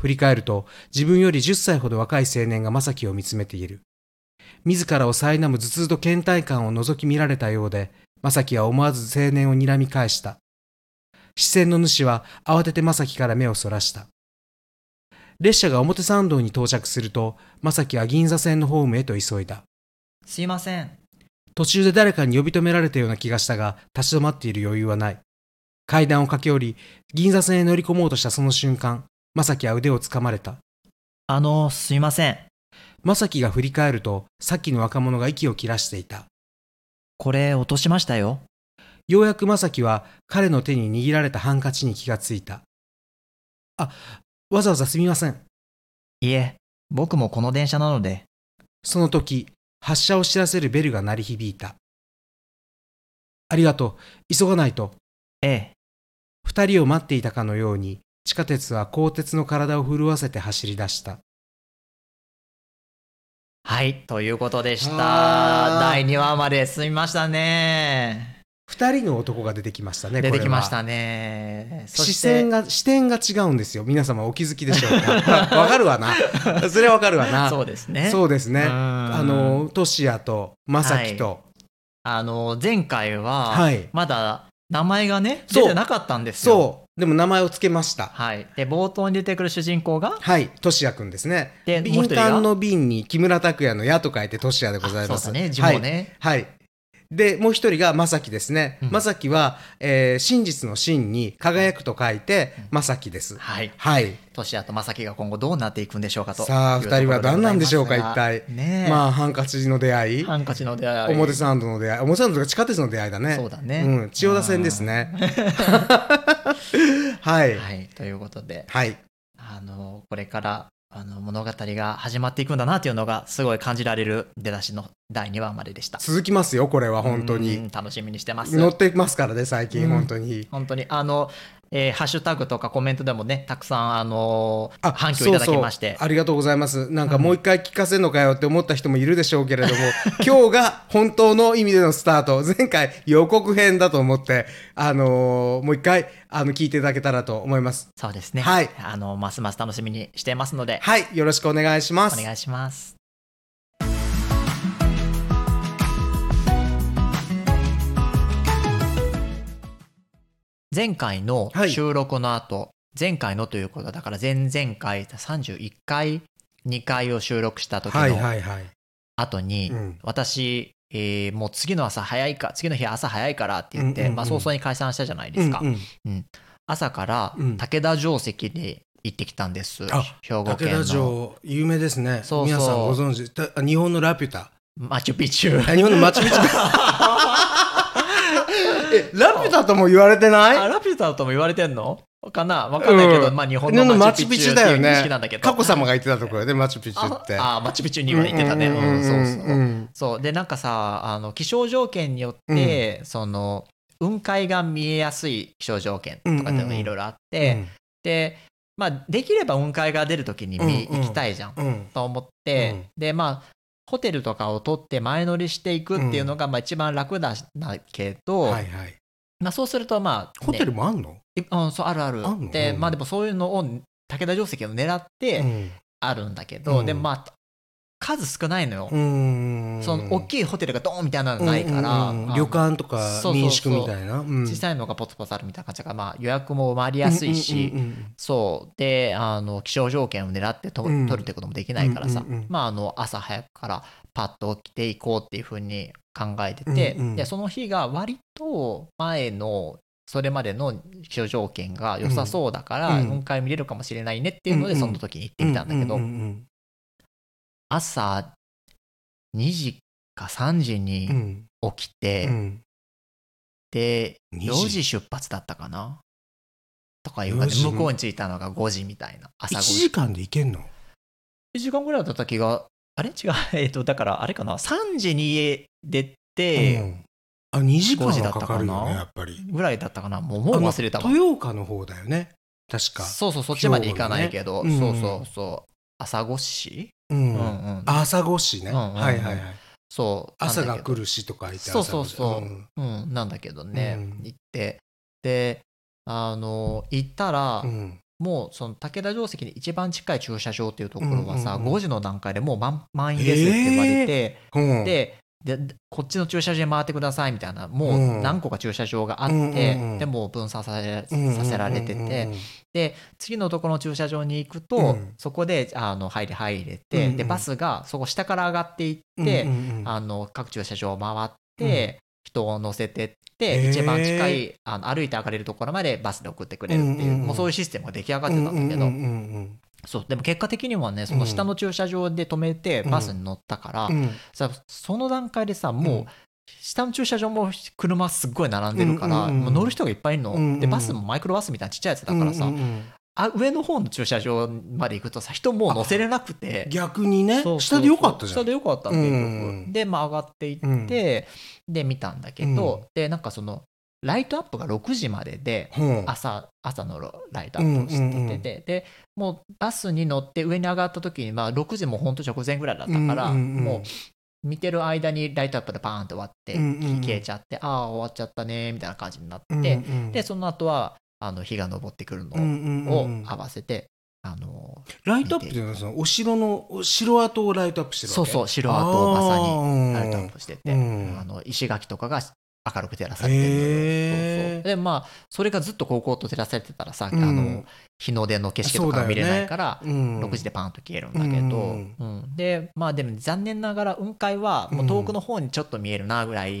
B: 振り返ると自分より10歳ほど若い青年が正樹を見つめている自らを苛む頭痛と倦怠感を覗き見られたようで正樹は思わず青年を睨み返した視線の主は慌てて正樹から目をそらした列車が表参道に到着すると正樹は銀座線のホームへと急いだ
A: すいません
B: 途中で誰かに呼び止められたような気がしたが立ち止まっている余裕はない階段を駆け下り銀座線へ乗り込もうとしたその瞬間正樹は腕をつかまれた
A: あのすいません
B: 正樹が振り返るとさっきの若者が息を切らしていた
A: これ落としましたよ
B: ようやく正樹は彼の手に握られたハンカチに気がついたあわざわざすみません
A: いえ僕もこの電車なので
B: その時、発車を知らせるベルが鳴り響いた。ありがとう、急がないと。
A: ええ
B: 二人を待っていたかのように、地下鉄は鋼鉄の体を震わせて走り出した。
A: はいということでした
B: あー
A: 第2話まで進みましたね
B: 二人の男が出てきましたね、
A: 出てきまし
B: こ
A: たね
B: れは。視線が、視点が違うんですよ。皆様お気づきでしょうか。 わかるわな。それはわかるわな。
A: そうですね
B: そうですね。
A: あ
B: あの、トシヤと、まさきと、
A: あの前回は
B: はい。
A: まだ名前がね
B: そう
A: 出てなかったんですよ
B: そう。でも名前をつけました。
A: はいで冒頭に出てくる主人公が
B: はい、トシヤくんですね。
A: でもう
B: 敏
A: 一人が
B: 感の瓶に木村拓哉の矢と書いてトシヤでございま
A: あそ
B: す。
A: うだね字もね、
B: はい。はい。で、もう一人がまさきですね
A: うん。
B: まさきは、えー真実の真に輝くと書いて、まさきです。
A: はい
B: はい。
A: トシヤとマサキが今後どうなっていくんでしょうかと
B: さあ
A: いうところ
B: 二人は何なんでしょうか
A: ございますがねえ
B: まあ、ハンカチの出会い、
A: ハンカチの出会い
B: 表参道の出会い、表参道が地下鉄の出会いだね。
A: そうだね
B: うん、千代田線ですね。 はい。
A: はいということで
B: はい。
A: あのこれからあの物語が始まっていくんだなというのがすごい感じられる出だしの第2話まででした
B: 続きますよ、これは、本当
A: うん
B: に。
A: 楽しみにしてます
B: 乗ってますからね、最近、
A: うん
B: 本当に。
A: 本当にあの、えーハッシュタグとかコメントでもねたくさんあの
B: あ
A: 反響いただきまして
B: そうそうありがとうございますなんかもう一回聞かせるのかよって思った人もいるでしょうけれども、今日が本当の意味でのスタート前回予告編だと思ってあのーもう一回あの聞いていただけたらと思います
A: そうですね
B: はい
A: あのますます楽しみにしてますので、
B: はいよろしくお願いします
A: お願いします前回の
B: はい
A: 収録の後、前回のということはだから前々回31回2回を収録した時
B: はい
A: の
B: はいはい
A: 後に、
B: うん
A: 私、えーもう次の朝早いか次の日朝早いからって言って、
B: うんうんうん
A: まあ、早々に解散したじゃないで
B: う
A: す
B: ん
A: か、
B: うん
A: 朝から
B: うん
A: 武田城跡に行ってきたんです、
B: あ
A: 兵庫
B: 武
A: 県
B: 田
A: の
B: 城有名です
A: そ
B: ね
A: うそう
B: 皆さんご存知た日本のラピュタ
A: マチュピチュ
B: あ日本のマチュピチュ えラピュタとも言われてない
A: あラピュタとも言われてんのかなわかんないけど、
B: うん
A: まあ日
B: 日
A: 本
B: 本の
A: の
B: マ
A: マ
B: チ
A: チ
B: ュ
A: ュ
B: ピ
A: ピ
B: チ
A: チ
B: ュ
A: ュ
B: だよ
A: っていう認識
B: ね
A: なんだけど
B: 佳子様が言ってたところでマチュピチュって
A: ああマチュピチュには行ってたね、うんそうそう,、
B: うん
A: そうでなんかさあの気象条件によって、その雲海が見えやすい気象条件とかっていうのがいろいろあって、で、まあ、できれば雲海が出るときに見、
B: うんうん
A: 行きたいじゃん
B: うんうん
A: と思って、
B: うん
A: でまあホテルとかを取って前乗りしていくっていうのがまあ一番楽だだけど、
B: はいはい
A: まあ、そうするとまあ、ね
B: ホテルもあんの
A: いうん、そうあるある
B: あんの
A: で、
B: うん
A: まあでもそういうのを武田定石を狙ってあるんだけど、
B: うん
A: でもまあ数少ないのよ、
B: うん
A: その大きいホテルがドーンみたいなのないから、
B: うんうんうん
A: あの
B: 旅館とか
A: そうそうそう
B: 民宿みたいなうん
A: 小さいのがポツポツあるみたいな感じだから、まあ、予約も埋まりやすいし、
B: うんうん
A: そうであの気象条件を狙ってと、
B: うん
A: 取るってこともできないからさ、
B: うんうんうん
A: まあ、あの朝早くからパッと起きていこうっていうふうに考えてて、
B: うんうん
A: でその日が割と前のそれまでの気象条件が良さそうだから、
B: うん
A: 雲海見れるかもしれないねっていうので、
B: うんうん
A: その時に行ってみたんだけど、
B: うううん
A: 朝2時か3時
B: う
A: に
B: ん
A: 起きて、
B: うん
A: で
B: 2
A: 4時出発だったかなとかいう感
B: 4
A: じ
B: 時
A: で向こうに着いたのが5時みたいな朝5
B: 1
A: 時
B: 時間で行けんの
A: 1時間ぐらいだった気があれ違う えっとだからあれかな3時に家出
B: う
A: て
B: んあ2時間
A: 5時だ
B: は
A: った
B: か
A: かな
B: かるよねやっぱり
A: ぐらいだったかなもうもう忘れた
B: あ
A: わ
B: の豊岡の方だよね確か
A: そうそうそっちまで行かないけど、
B: 兵庫
A: そう
B: のねうん
A: そうそう朝来市、
B: う
A: うんんうん
B: 朝来市ね
A: うんうんうん
B: はいはいはい
A: そう
B: 朝が来
A: る
B: るしとか言って
A: そうそうそう、
B: 朝が来る
A: うんなんだけどね、
B: うん
A: 行ってであの行ったら、
B: うんうん
A: もうその武田城跡に一番近い駐車場っていうところはさ、
B: うんうんうん
A: 5時の段階でもう満満員ですって言われて、
B: うん
A: でででこっちの駐車場に回ってくださいみたいな
B: う
A: もうん何個か駐車場があって、
B: うんうんうん
A: でもう分散させ
B: うんうんうんうん
A: させられててで次のところの駐車場に行くと、
B: うん
A: そこであの入り入れて、
B: うんうん
A: でバスがそこ下から上がっていって、
B: うんうんうん
A: あの各駐車場を回って、人を乗せてって、
B: へー
A: 一番近いあの歩いて上がれるところまでバスで送ってくれるっていう,、
B: うんうんうん
A: もうそういうシステムが出来上がってたんだけど、
B: うんうんうん
A: そうでも結果的にはねその下の駐車場で止めて
B: うん
A: バスに乗ったから、
B: うん
A: さその段階でさ
B: う
A: もうん下の駐車場も車すっごい並んでるから、
B: うんうんうん
A: もう乗る人がいっぱいいるの、
B: うんうん
A: でバスもマイクロバスみたいなちっちゃいやつだからさ、
B: うんうんうん
A: あ上の方の駐車場まで行くとさ人もう乗せれなくて。
B: 逆に
A: そう
B: ね
A: そうそう
B: 下でよかったじゃ
A: 下
B: ん
A: でよかったっていう
B: うん
A: で、まあ、上がっていって、
B: うん
A: で見たんだけど、でなんかそのライトアップが6時までで
B: うん
A: 朝朝のライトアップをしてて、
B: うんうんうん
A: でもうバスに乗って上に上がった時に、まあ、6時も本当直前ぐらいだったから、
B: うんうんうん
A: もう見てる間にライトアップでバーンって終わって、
B: うんうんうん
A: 消えちゃってああ終わっちゃったねみたいな感じになって、
B: うんうん
A: でその後はあの日が昇ってくる
B: うん
A: の
B: う
A: を
B: んうん
A: 合わせて、あの
B: ライトアップっていうのはそのお城のお城跡をライトアップしてるわ
A: そ
B: け
A: うそう城跡をまさに
B: に
A: ライトアップしてて、
B: うん
A: あの石垣とかが明るく照らされてるのよ
B: へ
A: そ
B: ー
A: うそうでまあそれがずっと高校と照らされてたらさ、
B: うん
A: あの日の出の景色とかが見れないから、
B: 6
A: 6時でパンと消えるんだけど、
B: うん
A: うんでまあでも残念ながら雲海はもう遠くの方にちょっと見えるなぐらいで、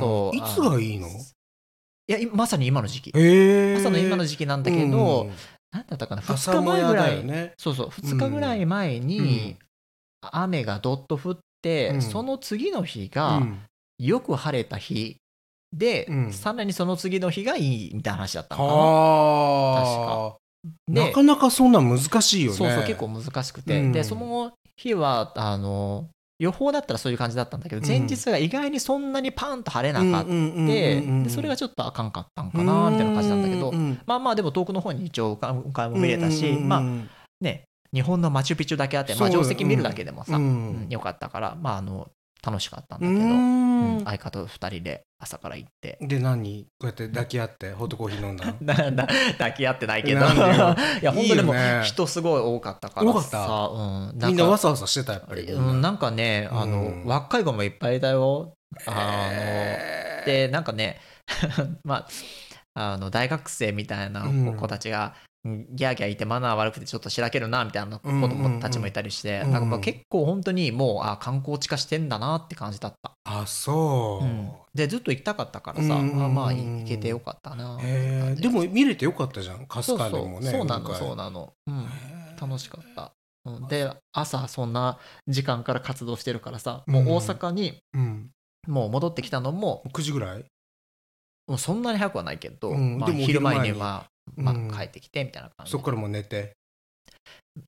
A: そう
B: い
A: あ
B: つがいいの
A: いやいまさに今の時期
B: へえ
A: 朝の今の時期なんだけど、なんだったかな2日前ぐらい、そうそう2日ぐらい前に雨がどっと降って、
B: うん
A: その次の日が、よく晴れた日で、
B: うん
A: さらにその次の日がいいみたいな話だったの
B: はあ
A: かな。
B: なかなかそんなん難しいよね
A: そうそう結構難しくて、
B: うん
A: でその日はあの予報だったらそういう感じだったんだけど
B: うん
A: 前日が意外にそんなにパンと晴れなかった、でそれがちょっとあかんかったんかなみたいな感じなんだけど、まあまあでも遠くの方に一応雲海も見れたし、まあね日本のマチュピチュだけあって、まあ、
B: そ
A: 定
B: う
A: 石見るだけでもさ、
B: う
A: うんんよかったから、まあ、あの楽しかったんだけど、うん
B: け
A: 相方と2人で朝から行って。
B: どで何こうやって抱き合ってホットコーヒー飲んだの
A: なな抱き合ってないけど
B: なんでよ
A: いや本当でも
B: いいよね
A: 人すごい多かったから
B: 多かっ
A: さうんか
B: みんなわさわさしてたやっぱり
A: うんなんかねあの、
B: うん
A: 若い子もいっぱいだよあの
B: へー
A: でなんかね まああの大学生みたいな
B: うん
A: 子たちが、うんギャーギャーいてマナー悪くてちょっとしらけるなみたいな子供たちもいたりして、
B: うんうんうん
A: なんかもう結構本当にもうあ観光地化してんだなって感じだった、
B: あそう
A: うんでずっと行きたかったからさ、
B: うんうんうん
A: あまあ行けてよかったなっていう
B: へ
A: 感
B: ー
A: じ
B: でも見れてよかったじゃんか
A: そ
B: す
A: う
B: か
A: そ
B: でも
A: う
B: ね
A: そうなの
B: 今回
A: そうなの、うん、
B: へー
A: 楽しかった、うん、で朝そんな時間から活動してるからさもう大阪に
B: うん
A: もう戻ってきたのも,、
B: 9時ぐらい
A: もうそんなに早くはないけど、
B: うん
A: まあ、
B: でも
A: 昼前に
B: 昼前に
A: は、ま
B: うん
A: あ、帰ってきてみたいな感じ
B: そっ
A: で
B: からもう寝て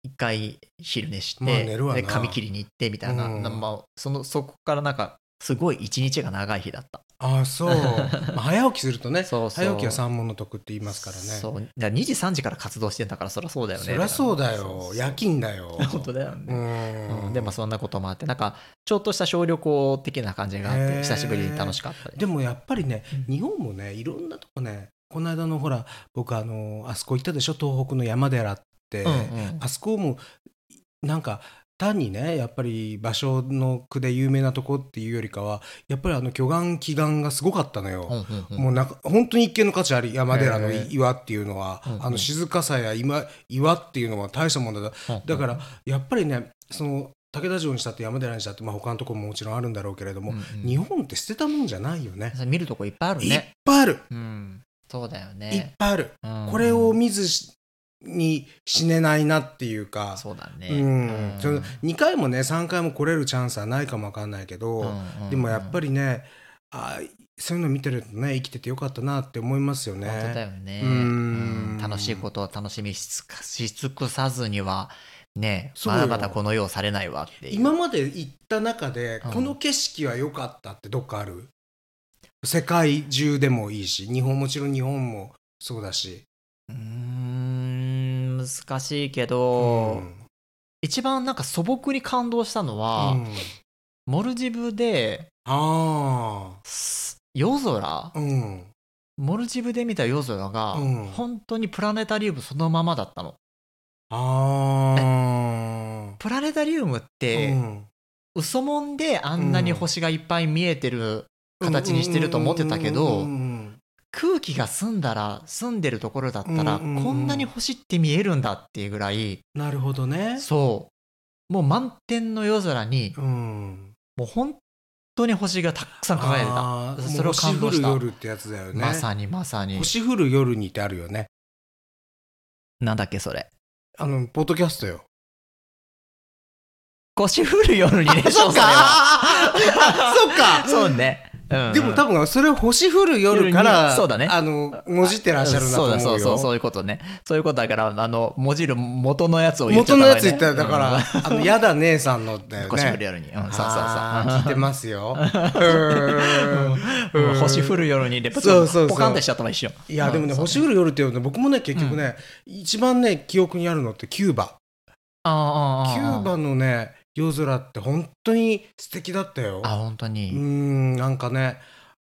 A: 一回昼寝して、
B: まあ寝るわな
A: で髪切りに行ってみたいな、
B: うん
A: なまあ、そのそこからなんかすごい一日が長い日だった
B: あ あそうまあ早起きするとね
A: そうそう
B: 早起きは三文の得って言いますからね
A: そうだから2時3時から活動してんだからそりゃそうだよね
B: そりゃそう
A: そう
B: だ
A: そ
B: よ
A: う
B: 夜勤だよ
A: 本当だよね、
B: う
A: うんん、でもそんなこともあってなんかちょっとした小旅行的な感じがあっ
B: へ
A: て
B: ー
A: 久しぶりに楽しかったです
B: でもやっぱりね
A: うん
B: 日本もねいろんなとこねこの間のほら僕あのあそこ行ったでしょ東北の山寺って、
A: うんうん
B: あそこもなんか単にねやっぱり場所の区で有名なとこっていうよりかはやっぱりあの巨岩祈願がすごかったのよ。
A: うんうんうん
B: もうなんか本当に一見の価値あり山寺の
A: へー
B: 岩っていうのは、
A: うんうん
B: あの静かさや今岩っていうのは大したものだ
A: うん
B: だからやっぱりねその武田城にしたって山寺にしたって、まあ、他のとこももちろんあるんだろうけれども、
A: うんうん
B: 日本って捨てたもんじゃないよね。
A: 見るとこいっぱいある
B: いっ
A: ね
B: ぱいある、
A: うんそうだよ
B: いっ
A: ね
B: ぱいある、
A: うん
B: これを見ずしに死ねないなっていうか
A: そうだね
B: うん、その
A: う
B: 2回もね3回も来れるチャンスはないかもわかんないけど、
A: ん
B: でもやっぱ
A: り
B: りねあーそういうの見てるとね生きててよかったなって思いますよね。
A: 本当だよね
B: うん
A: うん楽しいことを楽しみしつかし尽くさずにはね
B: そう
A: ま
B: よ
A: だまだこの世をされないわっていう
B: 今まで行った中で、
A: うん
B: この景色は良かったってどっかある世界中でもいいし日本もちろん日本もそうだし、
A: うーん難しいけど
B: うん
A: 一番なんか素朴に感動したの
B: う
A: は
B: ん
A: モルジブで
B: あ
A: す夜空
B: あうん
A: モルジブで見た夜空が、
B: うん
A: 本当にプラネタリウムそのままだったの
B: ああ
A: プラネタリウムって、
B: うん
A: 嘘もんであんなに星がいっぱい見えてる形にしてると思ってたけど、
B: うんうんうん
A: 空気が澄んだら澄んでるところだったら、
B: うんうんうん
A: こんなに星って見えるんだっていうぐらい
B: なるほどね
A: そうもう満天の夜空に
B: うん
A: もう本当に星がたくさん輝いてた、
B: あー
A: それを感動した
B: もう星降る夜ってやつだよね
A: まさにまさに
B: 星降る夜にってあるよね
A: なんだっけそれ
B: あのポッドキャストよ
A: 星降る夜にね
B: そっかあそっか
A: そうね、うんうん
B: でも多分それ星降る夜か
A: 夜
B: ら
A: にそうだね
B: あのもじってらっしゃるんだと
A: そう
B: 思う
A: だ
B: よ
A: そうそうそういうことねそういうことだからあの文字る元のやつを言っちゃ
B: 元
A: った場合
B: のや
A: ね
B: つ言ったらだか
A: うん
B: ら「あのやだ姉さんの」だよ
A: 腰振る
B: ね
A: 夜に、うん、そうそう
B: あー聞いてま すよう
A: そう
B: ー
A: うんん星降る夜にでポ
B: そうそうそう
A: ポカンってしちゃったの一緒
B: いやでもね
A: うん
B: 星降る夜っていうの僕もね結局ね一番ね記憶にあるのってキューバ
A: あ
B: キ
A: ああ
B: ューバのね夜空って本当に素敵だったよ
A: ああ本当
B: う
A: に、
B: ーんなんかね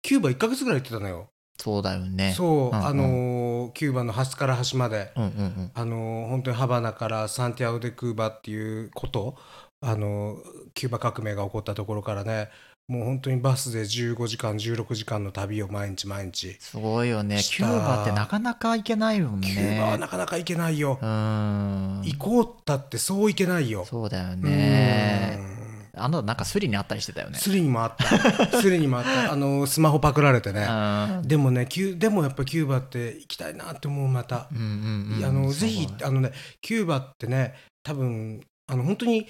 B: キューバ1か月ぐらい行ってたのよ
A: そうだよね
B: そう、
A: んん
B: あのーキューバの端から端まで、
A: うんうんうん
B: あのー本当にハバナからサンティアゴ・デ・クーバっていうこと、あのーキューバ革命が起こったところからねもう本当にバスで15時間16時間の旅を毎日毎日、
A: すごいよね
B: した
A: キューバってなかなか行けないよね
B: キューバはなかなか行けないよ、
A: うー
B: 行
A: ん
B: こうったってそう行けないよ
A: そうだよね
B: うん
A: あのなんかスリにあったりしてたよね
B: スリにもあっ たスリにもあったあのースマホパクられてね、
A: うん
B: でもねキューでもやっぱキューバって行きたいなって思うまた、
A: うんうんうん
B: あの
A: そ
B: ぜ
A: う
B: ひあのねキューバってね多分あの本当に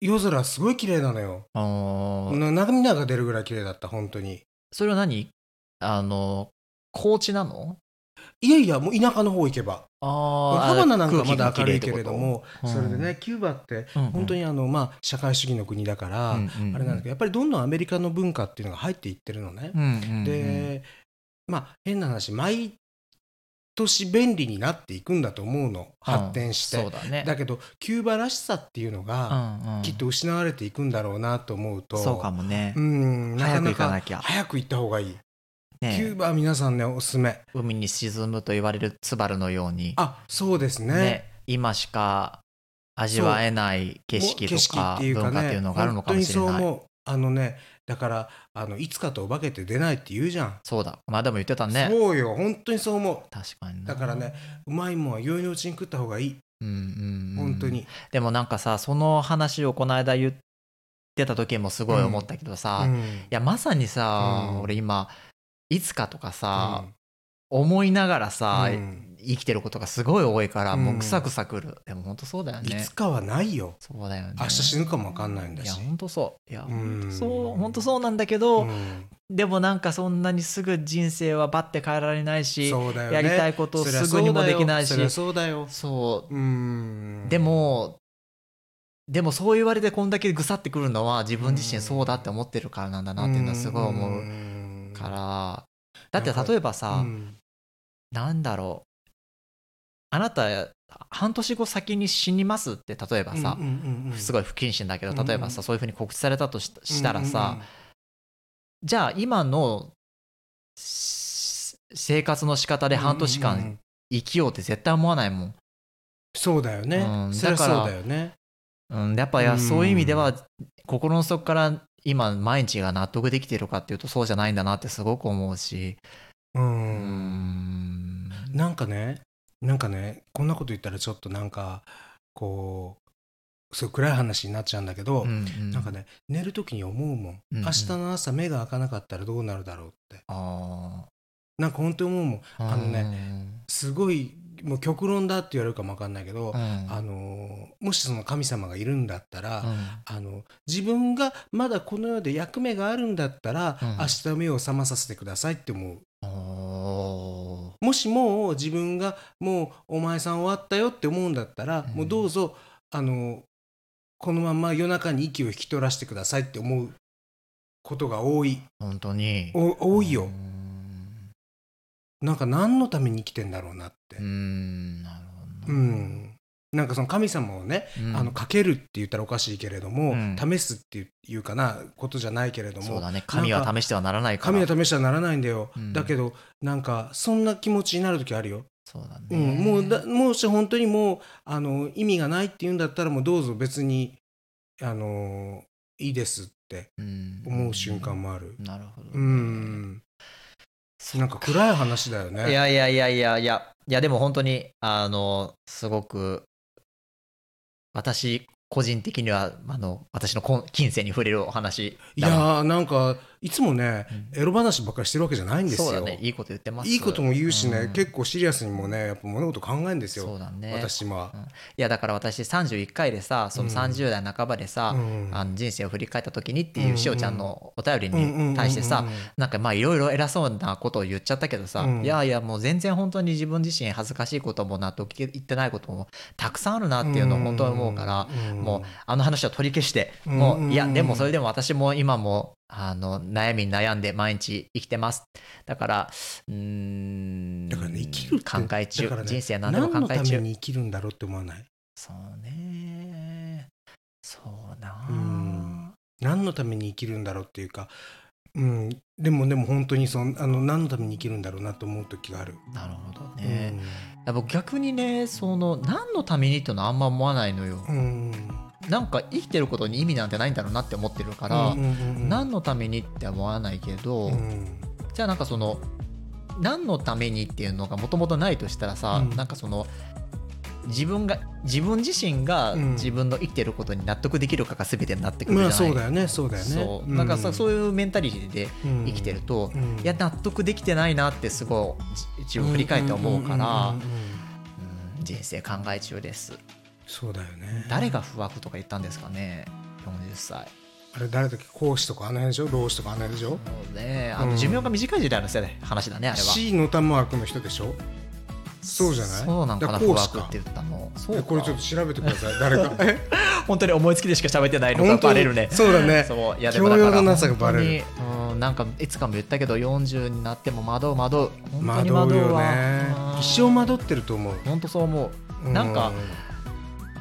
B: 夜空すごい綺麗なのよ、
A: あー
B: な涙が出るぐらい綺麗だった本当に
A: それは何あの高知なの
B: いやいやもう田舎の方行けば
A: ああ
B: ハバナなんかまだ明るいけれども
A: うん
B: それでねキューバって
A: うんうん
B: 本当にあの、まあ、社会主義の国だから、あれなんだけどやっぱりどんどんアメリカの文化っていうのが入っていってるのね、でまあ変な話毎年便利になっていくんだと思うの発展して、
A: そうだね
B: だけどキューバらしさっていうのが、
A: うんうん
B: きっと失われていくんだろうなと思うと
A: そうかもね
B: うんなか
A: 早く
B: な
A: 行か
B: か
A: なきゃ
B: 早く行った方がいい、キュー
A: ね
B: バは皆さんねおすすめ
A: 海に沈むと言われるツバルのように
B: あそうですね
A: ね今しか味わえない景色
B: もう景
A: と
B: 色
A: か
B: っていう
A: 文
B: か
A: 化って
B: ね
A: いうのがあるのかもしれ
B: 本当に
A: な
B: そ
A: い
B: う思うあのねだからあのいつかとお化けって出ないって言うじゃん、
A: そうだこの間も言ってたね
B: そうよ本当にそう思
A: 確かに
B: う
A: な
B: だからねうまいもんは宵のうちに食った方がいい
A: うんうんうん
B: 本当に、
A: でもなんかさその話をこの間言ってた時もすごい思ったけどさ
B: うん
A: いやまさにさ、
B: うん
A: 俺今いつかとかさ、
B: うん
A: 思いながらさ、
B: うん
A: 生きてることがすごい多いから、
B: うん
A: もうくさくさくるでもほんとそうだよ
B: い
A: ね
B: つかはないよ
A: そうだよね
B: 明日死ぬかもわかんないんだ
A: い
B: し
A: やほんとそういや
B: うん
A: ほんとそうほんとそうなんだけど、
B: うん
A: でもなんかそんなにすぐ人生はバッて変えられないし
B: そうだよね
A: やりたいことをすぐにもできないし
B: そりゃそうだよ
A: そう
B: ーん
A: でもでもそう言われてこんだけぐさってくるのは自分自身そうだって思ってるからなんだなっていうのはすごい思う
B: う
A: からだって
B: なんか
A: 例えば
B: ら
A: さ、なんだろうあなた半年後先に死にますって例えばさ、す
B: ごい
A: ごい不謹慎だけ
B: う
A: ど
B: ん
A: 例えばさ、そういうふうに告知されたとししたらさ、じゃあ今のし生活の仕方で半年間生きようって絶対思わないもん、
B: そうだよ
A: う
B: ね
A: ん
B: そりゃ
A: だ
B: そ
A: か
B: う
A: ら
B: だよね
A: うん、やっぱいや、
B: うん
A: そういう意味では心の底から今毎日が納得できてるかっていうとそうじゃないんだなってすごく思うし
B: う
A: うんん
B: なんかねなんかねこんなこと言ったらちょっとなんかこうすごい暗い話になっちゃうんだけど
A: うんうん
B: なんかね寝る時に思うもん
A: うんうん
B: 明日の朝目が開かなかったらどうなるだろうって
A: あ
B: なんか本当に思うもん
A: ー
B: あのね
A: うん
B: すごいもう極論だって言われるかもわかんないけど、
A: うん
B: あのもしその神様がいるんだったら、
A: うん
B: あの自分がまだこの世で役目があるんだったら、
A: うん
B: 明日目を覚まさせてくださいって思う
A: お
B: もしもう自分がもうお前さん終わったよって思うんだったら、
A: うん
B: もうどうぞあのこのまま夜中に息を引き取らせてくださいって思うことが多い
A: 本当に
B: お多いよ、
A: うん
B: なんか何のために生きてんだろうなって
A: う、んなるほど
B: うんなんかその神様をね、
A: うん
B: あのかけるって言ったらおかしいけれども、
A: うん
B: 試すっていうかなことじゃないけれども
A: そうだね神は試してはならないから
B: 神は試してはならないんだよ、
A: うん
B: だけどなんかそんな気持ちになる時あるよ、
A: そうだね、
B: うん、もうだもし本当にもうあの意味がないっていうんだったらもうどうぞ別にあのいいですって
A: うん
B: 思う瞬間もある
A: なるほどね、
B: うん、なんか暗い話だよね
A: いやいやいやいやいやいやでも本当にあのすごく私個人的にはあの私のこん近世に触れるお話
B: い
A: だな
B: やーなんかいつもねエロ話ばっかりしてるわけじゃないんですよ
A: そうだねいいこと言ってます
B: いいことも言うしね、
A: うん
B: 結構シリアスにもねやっぱ物事考えるんです
A: そ
B: よ、
A: うだね
B: 私はい
A: やだから私31回でさその
B: うん
A: 30代半ばでさ、
B: うん
A: あの人生を振り返った時にって
B: うん
A: い
B: うん
A: うしおちゃんのお便り
B: うんうんうんうん
A: に対してさなんかまあいろいろ偉そうなことを言っちゃったけどさ、
B: うん
A: いやいやもう全然本当に自分自身恥ずかしいことも納得いってないこともたくさんあるなっていうのを本当に思うから、
B: ん
A: もうあの話を取り消して、
B: うん
A: も
B: うん
A: ういやでもそれでも私も今もあの悩みに悩んで毎日生きてますだからうーん
B: だからね生きるって
A: 考え中、
B: だからね
A: 人生何でも
B: 何の
A: 考え
B: ため
A: 中
B: に生きるんだろうって思わない
A: そうねそうな
B: う
A: あ
B: ん何のために生きるんだろうっていうか、うん、でもでも本当にそんあの何のために生きるんだろうなと思う時がある、
A: なるほどね、いや僕逆にねその何のためにっていうのはあんま思わないのよ
B: うん、うん
A: なんか生きてることに意味なんてないんだろうなって思ってるから、
B: うんうんうん
A: 何のためにって思わないけど、
B: うん
A: じゃあなんかその何のためにっていうのがもともとないとしたらさ、
B: うん
A: なんかその自分が自分自身が
B: うん
A: 自分の生きてることに納得できるかが全てになってくるじゃな
B: まあ
A: い、
B: そうだよねそうだよね
A: そうなんかさ、そう
B: い
A: いうメンタリティで
B: うん
A: 生きてると、
B: うん
A: いや納得できてないなってすごい一応振り返って思うから
B: んんうんうんうん
A: うん人生考え中です
B: そうだよね
A: 誰が不惑とか言ったんですかね40歳
B: あれ誰だっけ講師とかあの辺でしょ老子とかあの辺でしょ
A: もうねあ
B: う
A: の
B: ん
A: 寿命が短い時代の世代話だねあれは
B: C の玉枠の人でしょそうじゃない
A: そうなんかな
B: だら
A: 不
B: 講師
A: 惑
B: か
A: って言ったのそう
B: え
A: か
B: これちょっと調べてください 誰かえ
A: 本当に思いつきでしか喋ってないのが
B: 本当
A: バ
B: に
A: レるね。
B: そうだね
A: そういやでもだから
B: 教養のなさがバレる
A: 本当にうんなんかいつかも言ったけど40になっても惑う惑う本当
B: 惑
A: に
B: う
A: 惑う
B: よ
A: わ
B: ね
A: うん
B: 一生惑ってると思う
A: 本当そう思うなんか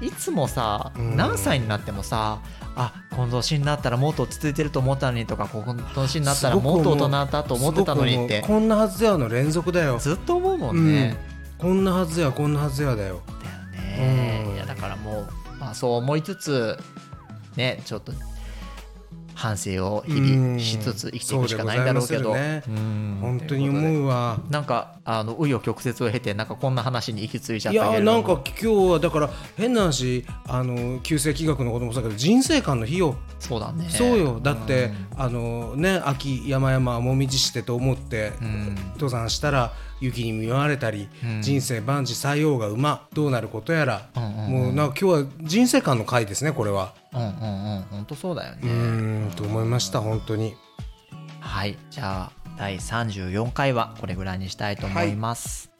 A: ういつもさ
B: うん
A: 何歳になってもさあこの年になったらもっと落ち着いてると思ったのにとかこの年になったらもっと大人だと思ってたのにっ
B: す
A: て
B: ごく思うこんなはずやの連続だよ
A: ずっと思うもんね、
B: こんなはずやこんなはずやだよ
A: だよね、
B: うん
A: いやだからもう、まあ、そう思いつつねちょっと反省を日
B: う
A: 々
B: ん
A: しつつ生きていくしかないんだろうけど
B: そうでございますよ
A: うん
B: 本当に
A: というこ
B: 思うわ
A: とでなんかあの紆余曲折を経てなんかこんな話に行き着いちゃっ
B: い
A: たけれ
B: や
A: ども
B: なんか今日はだから変な話あの旧世紀学のこともそうだけど人生観の日よ
A: そうだね
B: そうよだって、あのね秋山々もみじしてと思って、
A: うん
B: 登山したら雪に見舞われたり、
A: うん
B: 人生万事採用が馬どうなることやら、
A: うんうんうん
B: もうなんか今日は人生観の回ですねこれは。
A: うんうんうん本当そうだよね
B: うーんと思いました本当に。
A: はいじゃあ第34回はこれぐらいにしたいと思います、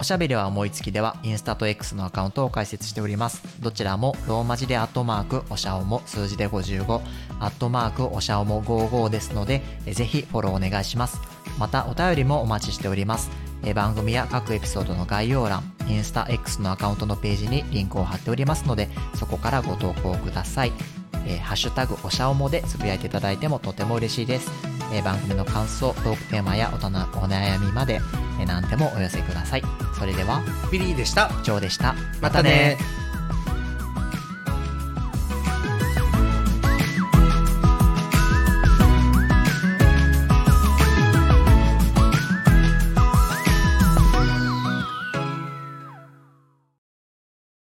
A: おしゃべりは思いつきではインスタと X のアカウントを開設しておりますどちらもローマ字でアットマークおしゃおも数字で55アットマークおしゃおも55ですのでえぜひフォローお願いしますまたお便りもお待ちしておりますえ番組や各エピソードの概要欄インスタ X のアカウントのページにリンクを貼っておりますのでそこからご投稿くださいえーハッシュタグおしゃおもでつぶやいていただいてもとても嬉しいです。えー番組の感想、トークテーマやおたなお悩みまで、えー何でもお寄せください。それでは、
B: ビリーでした
A: ジョーでした。
B: またね